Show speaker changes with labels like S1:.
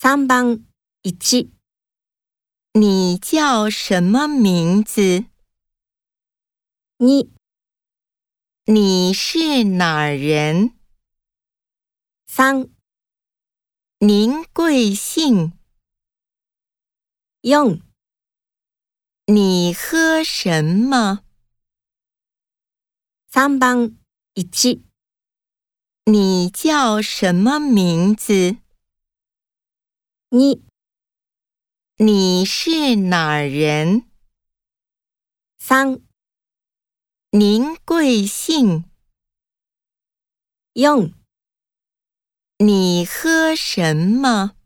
S1: 3番1、
S2: 你叫什么名字？
S1: 2、
S2: 你是哪儿人？
S1: 3、
S2: 您贵姓？
S1: 4、
S2: 你喝什么？
S1: 3番1、
S2: 你叫什么名字？
S1: 2、
S2: 你是哪儿人？
S1: 3、
S2: 您贵姓？
S1: 4
S2: 你喝什么？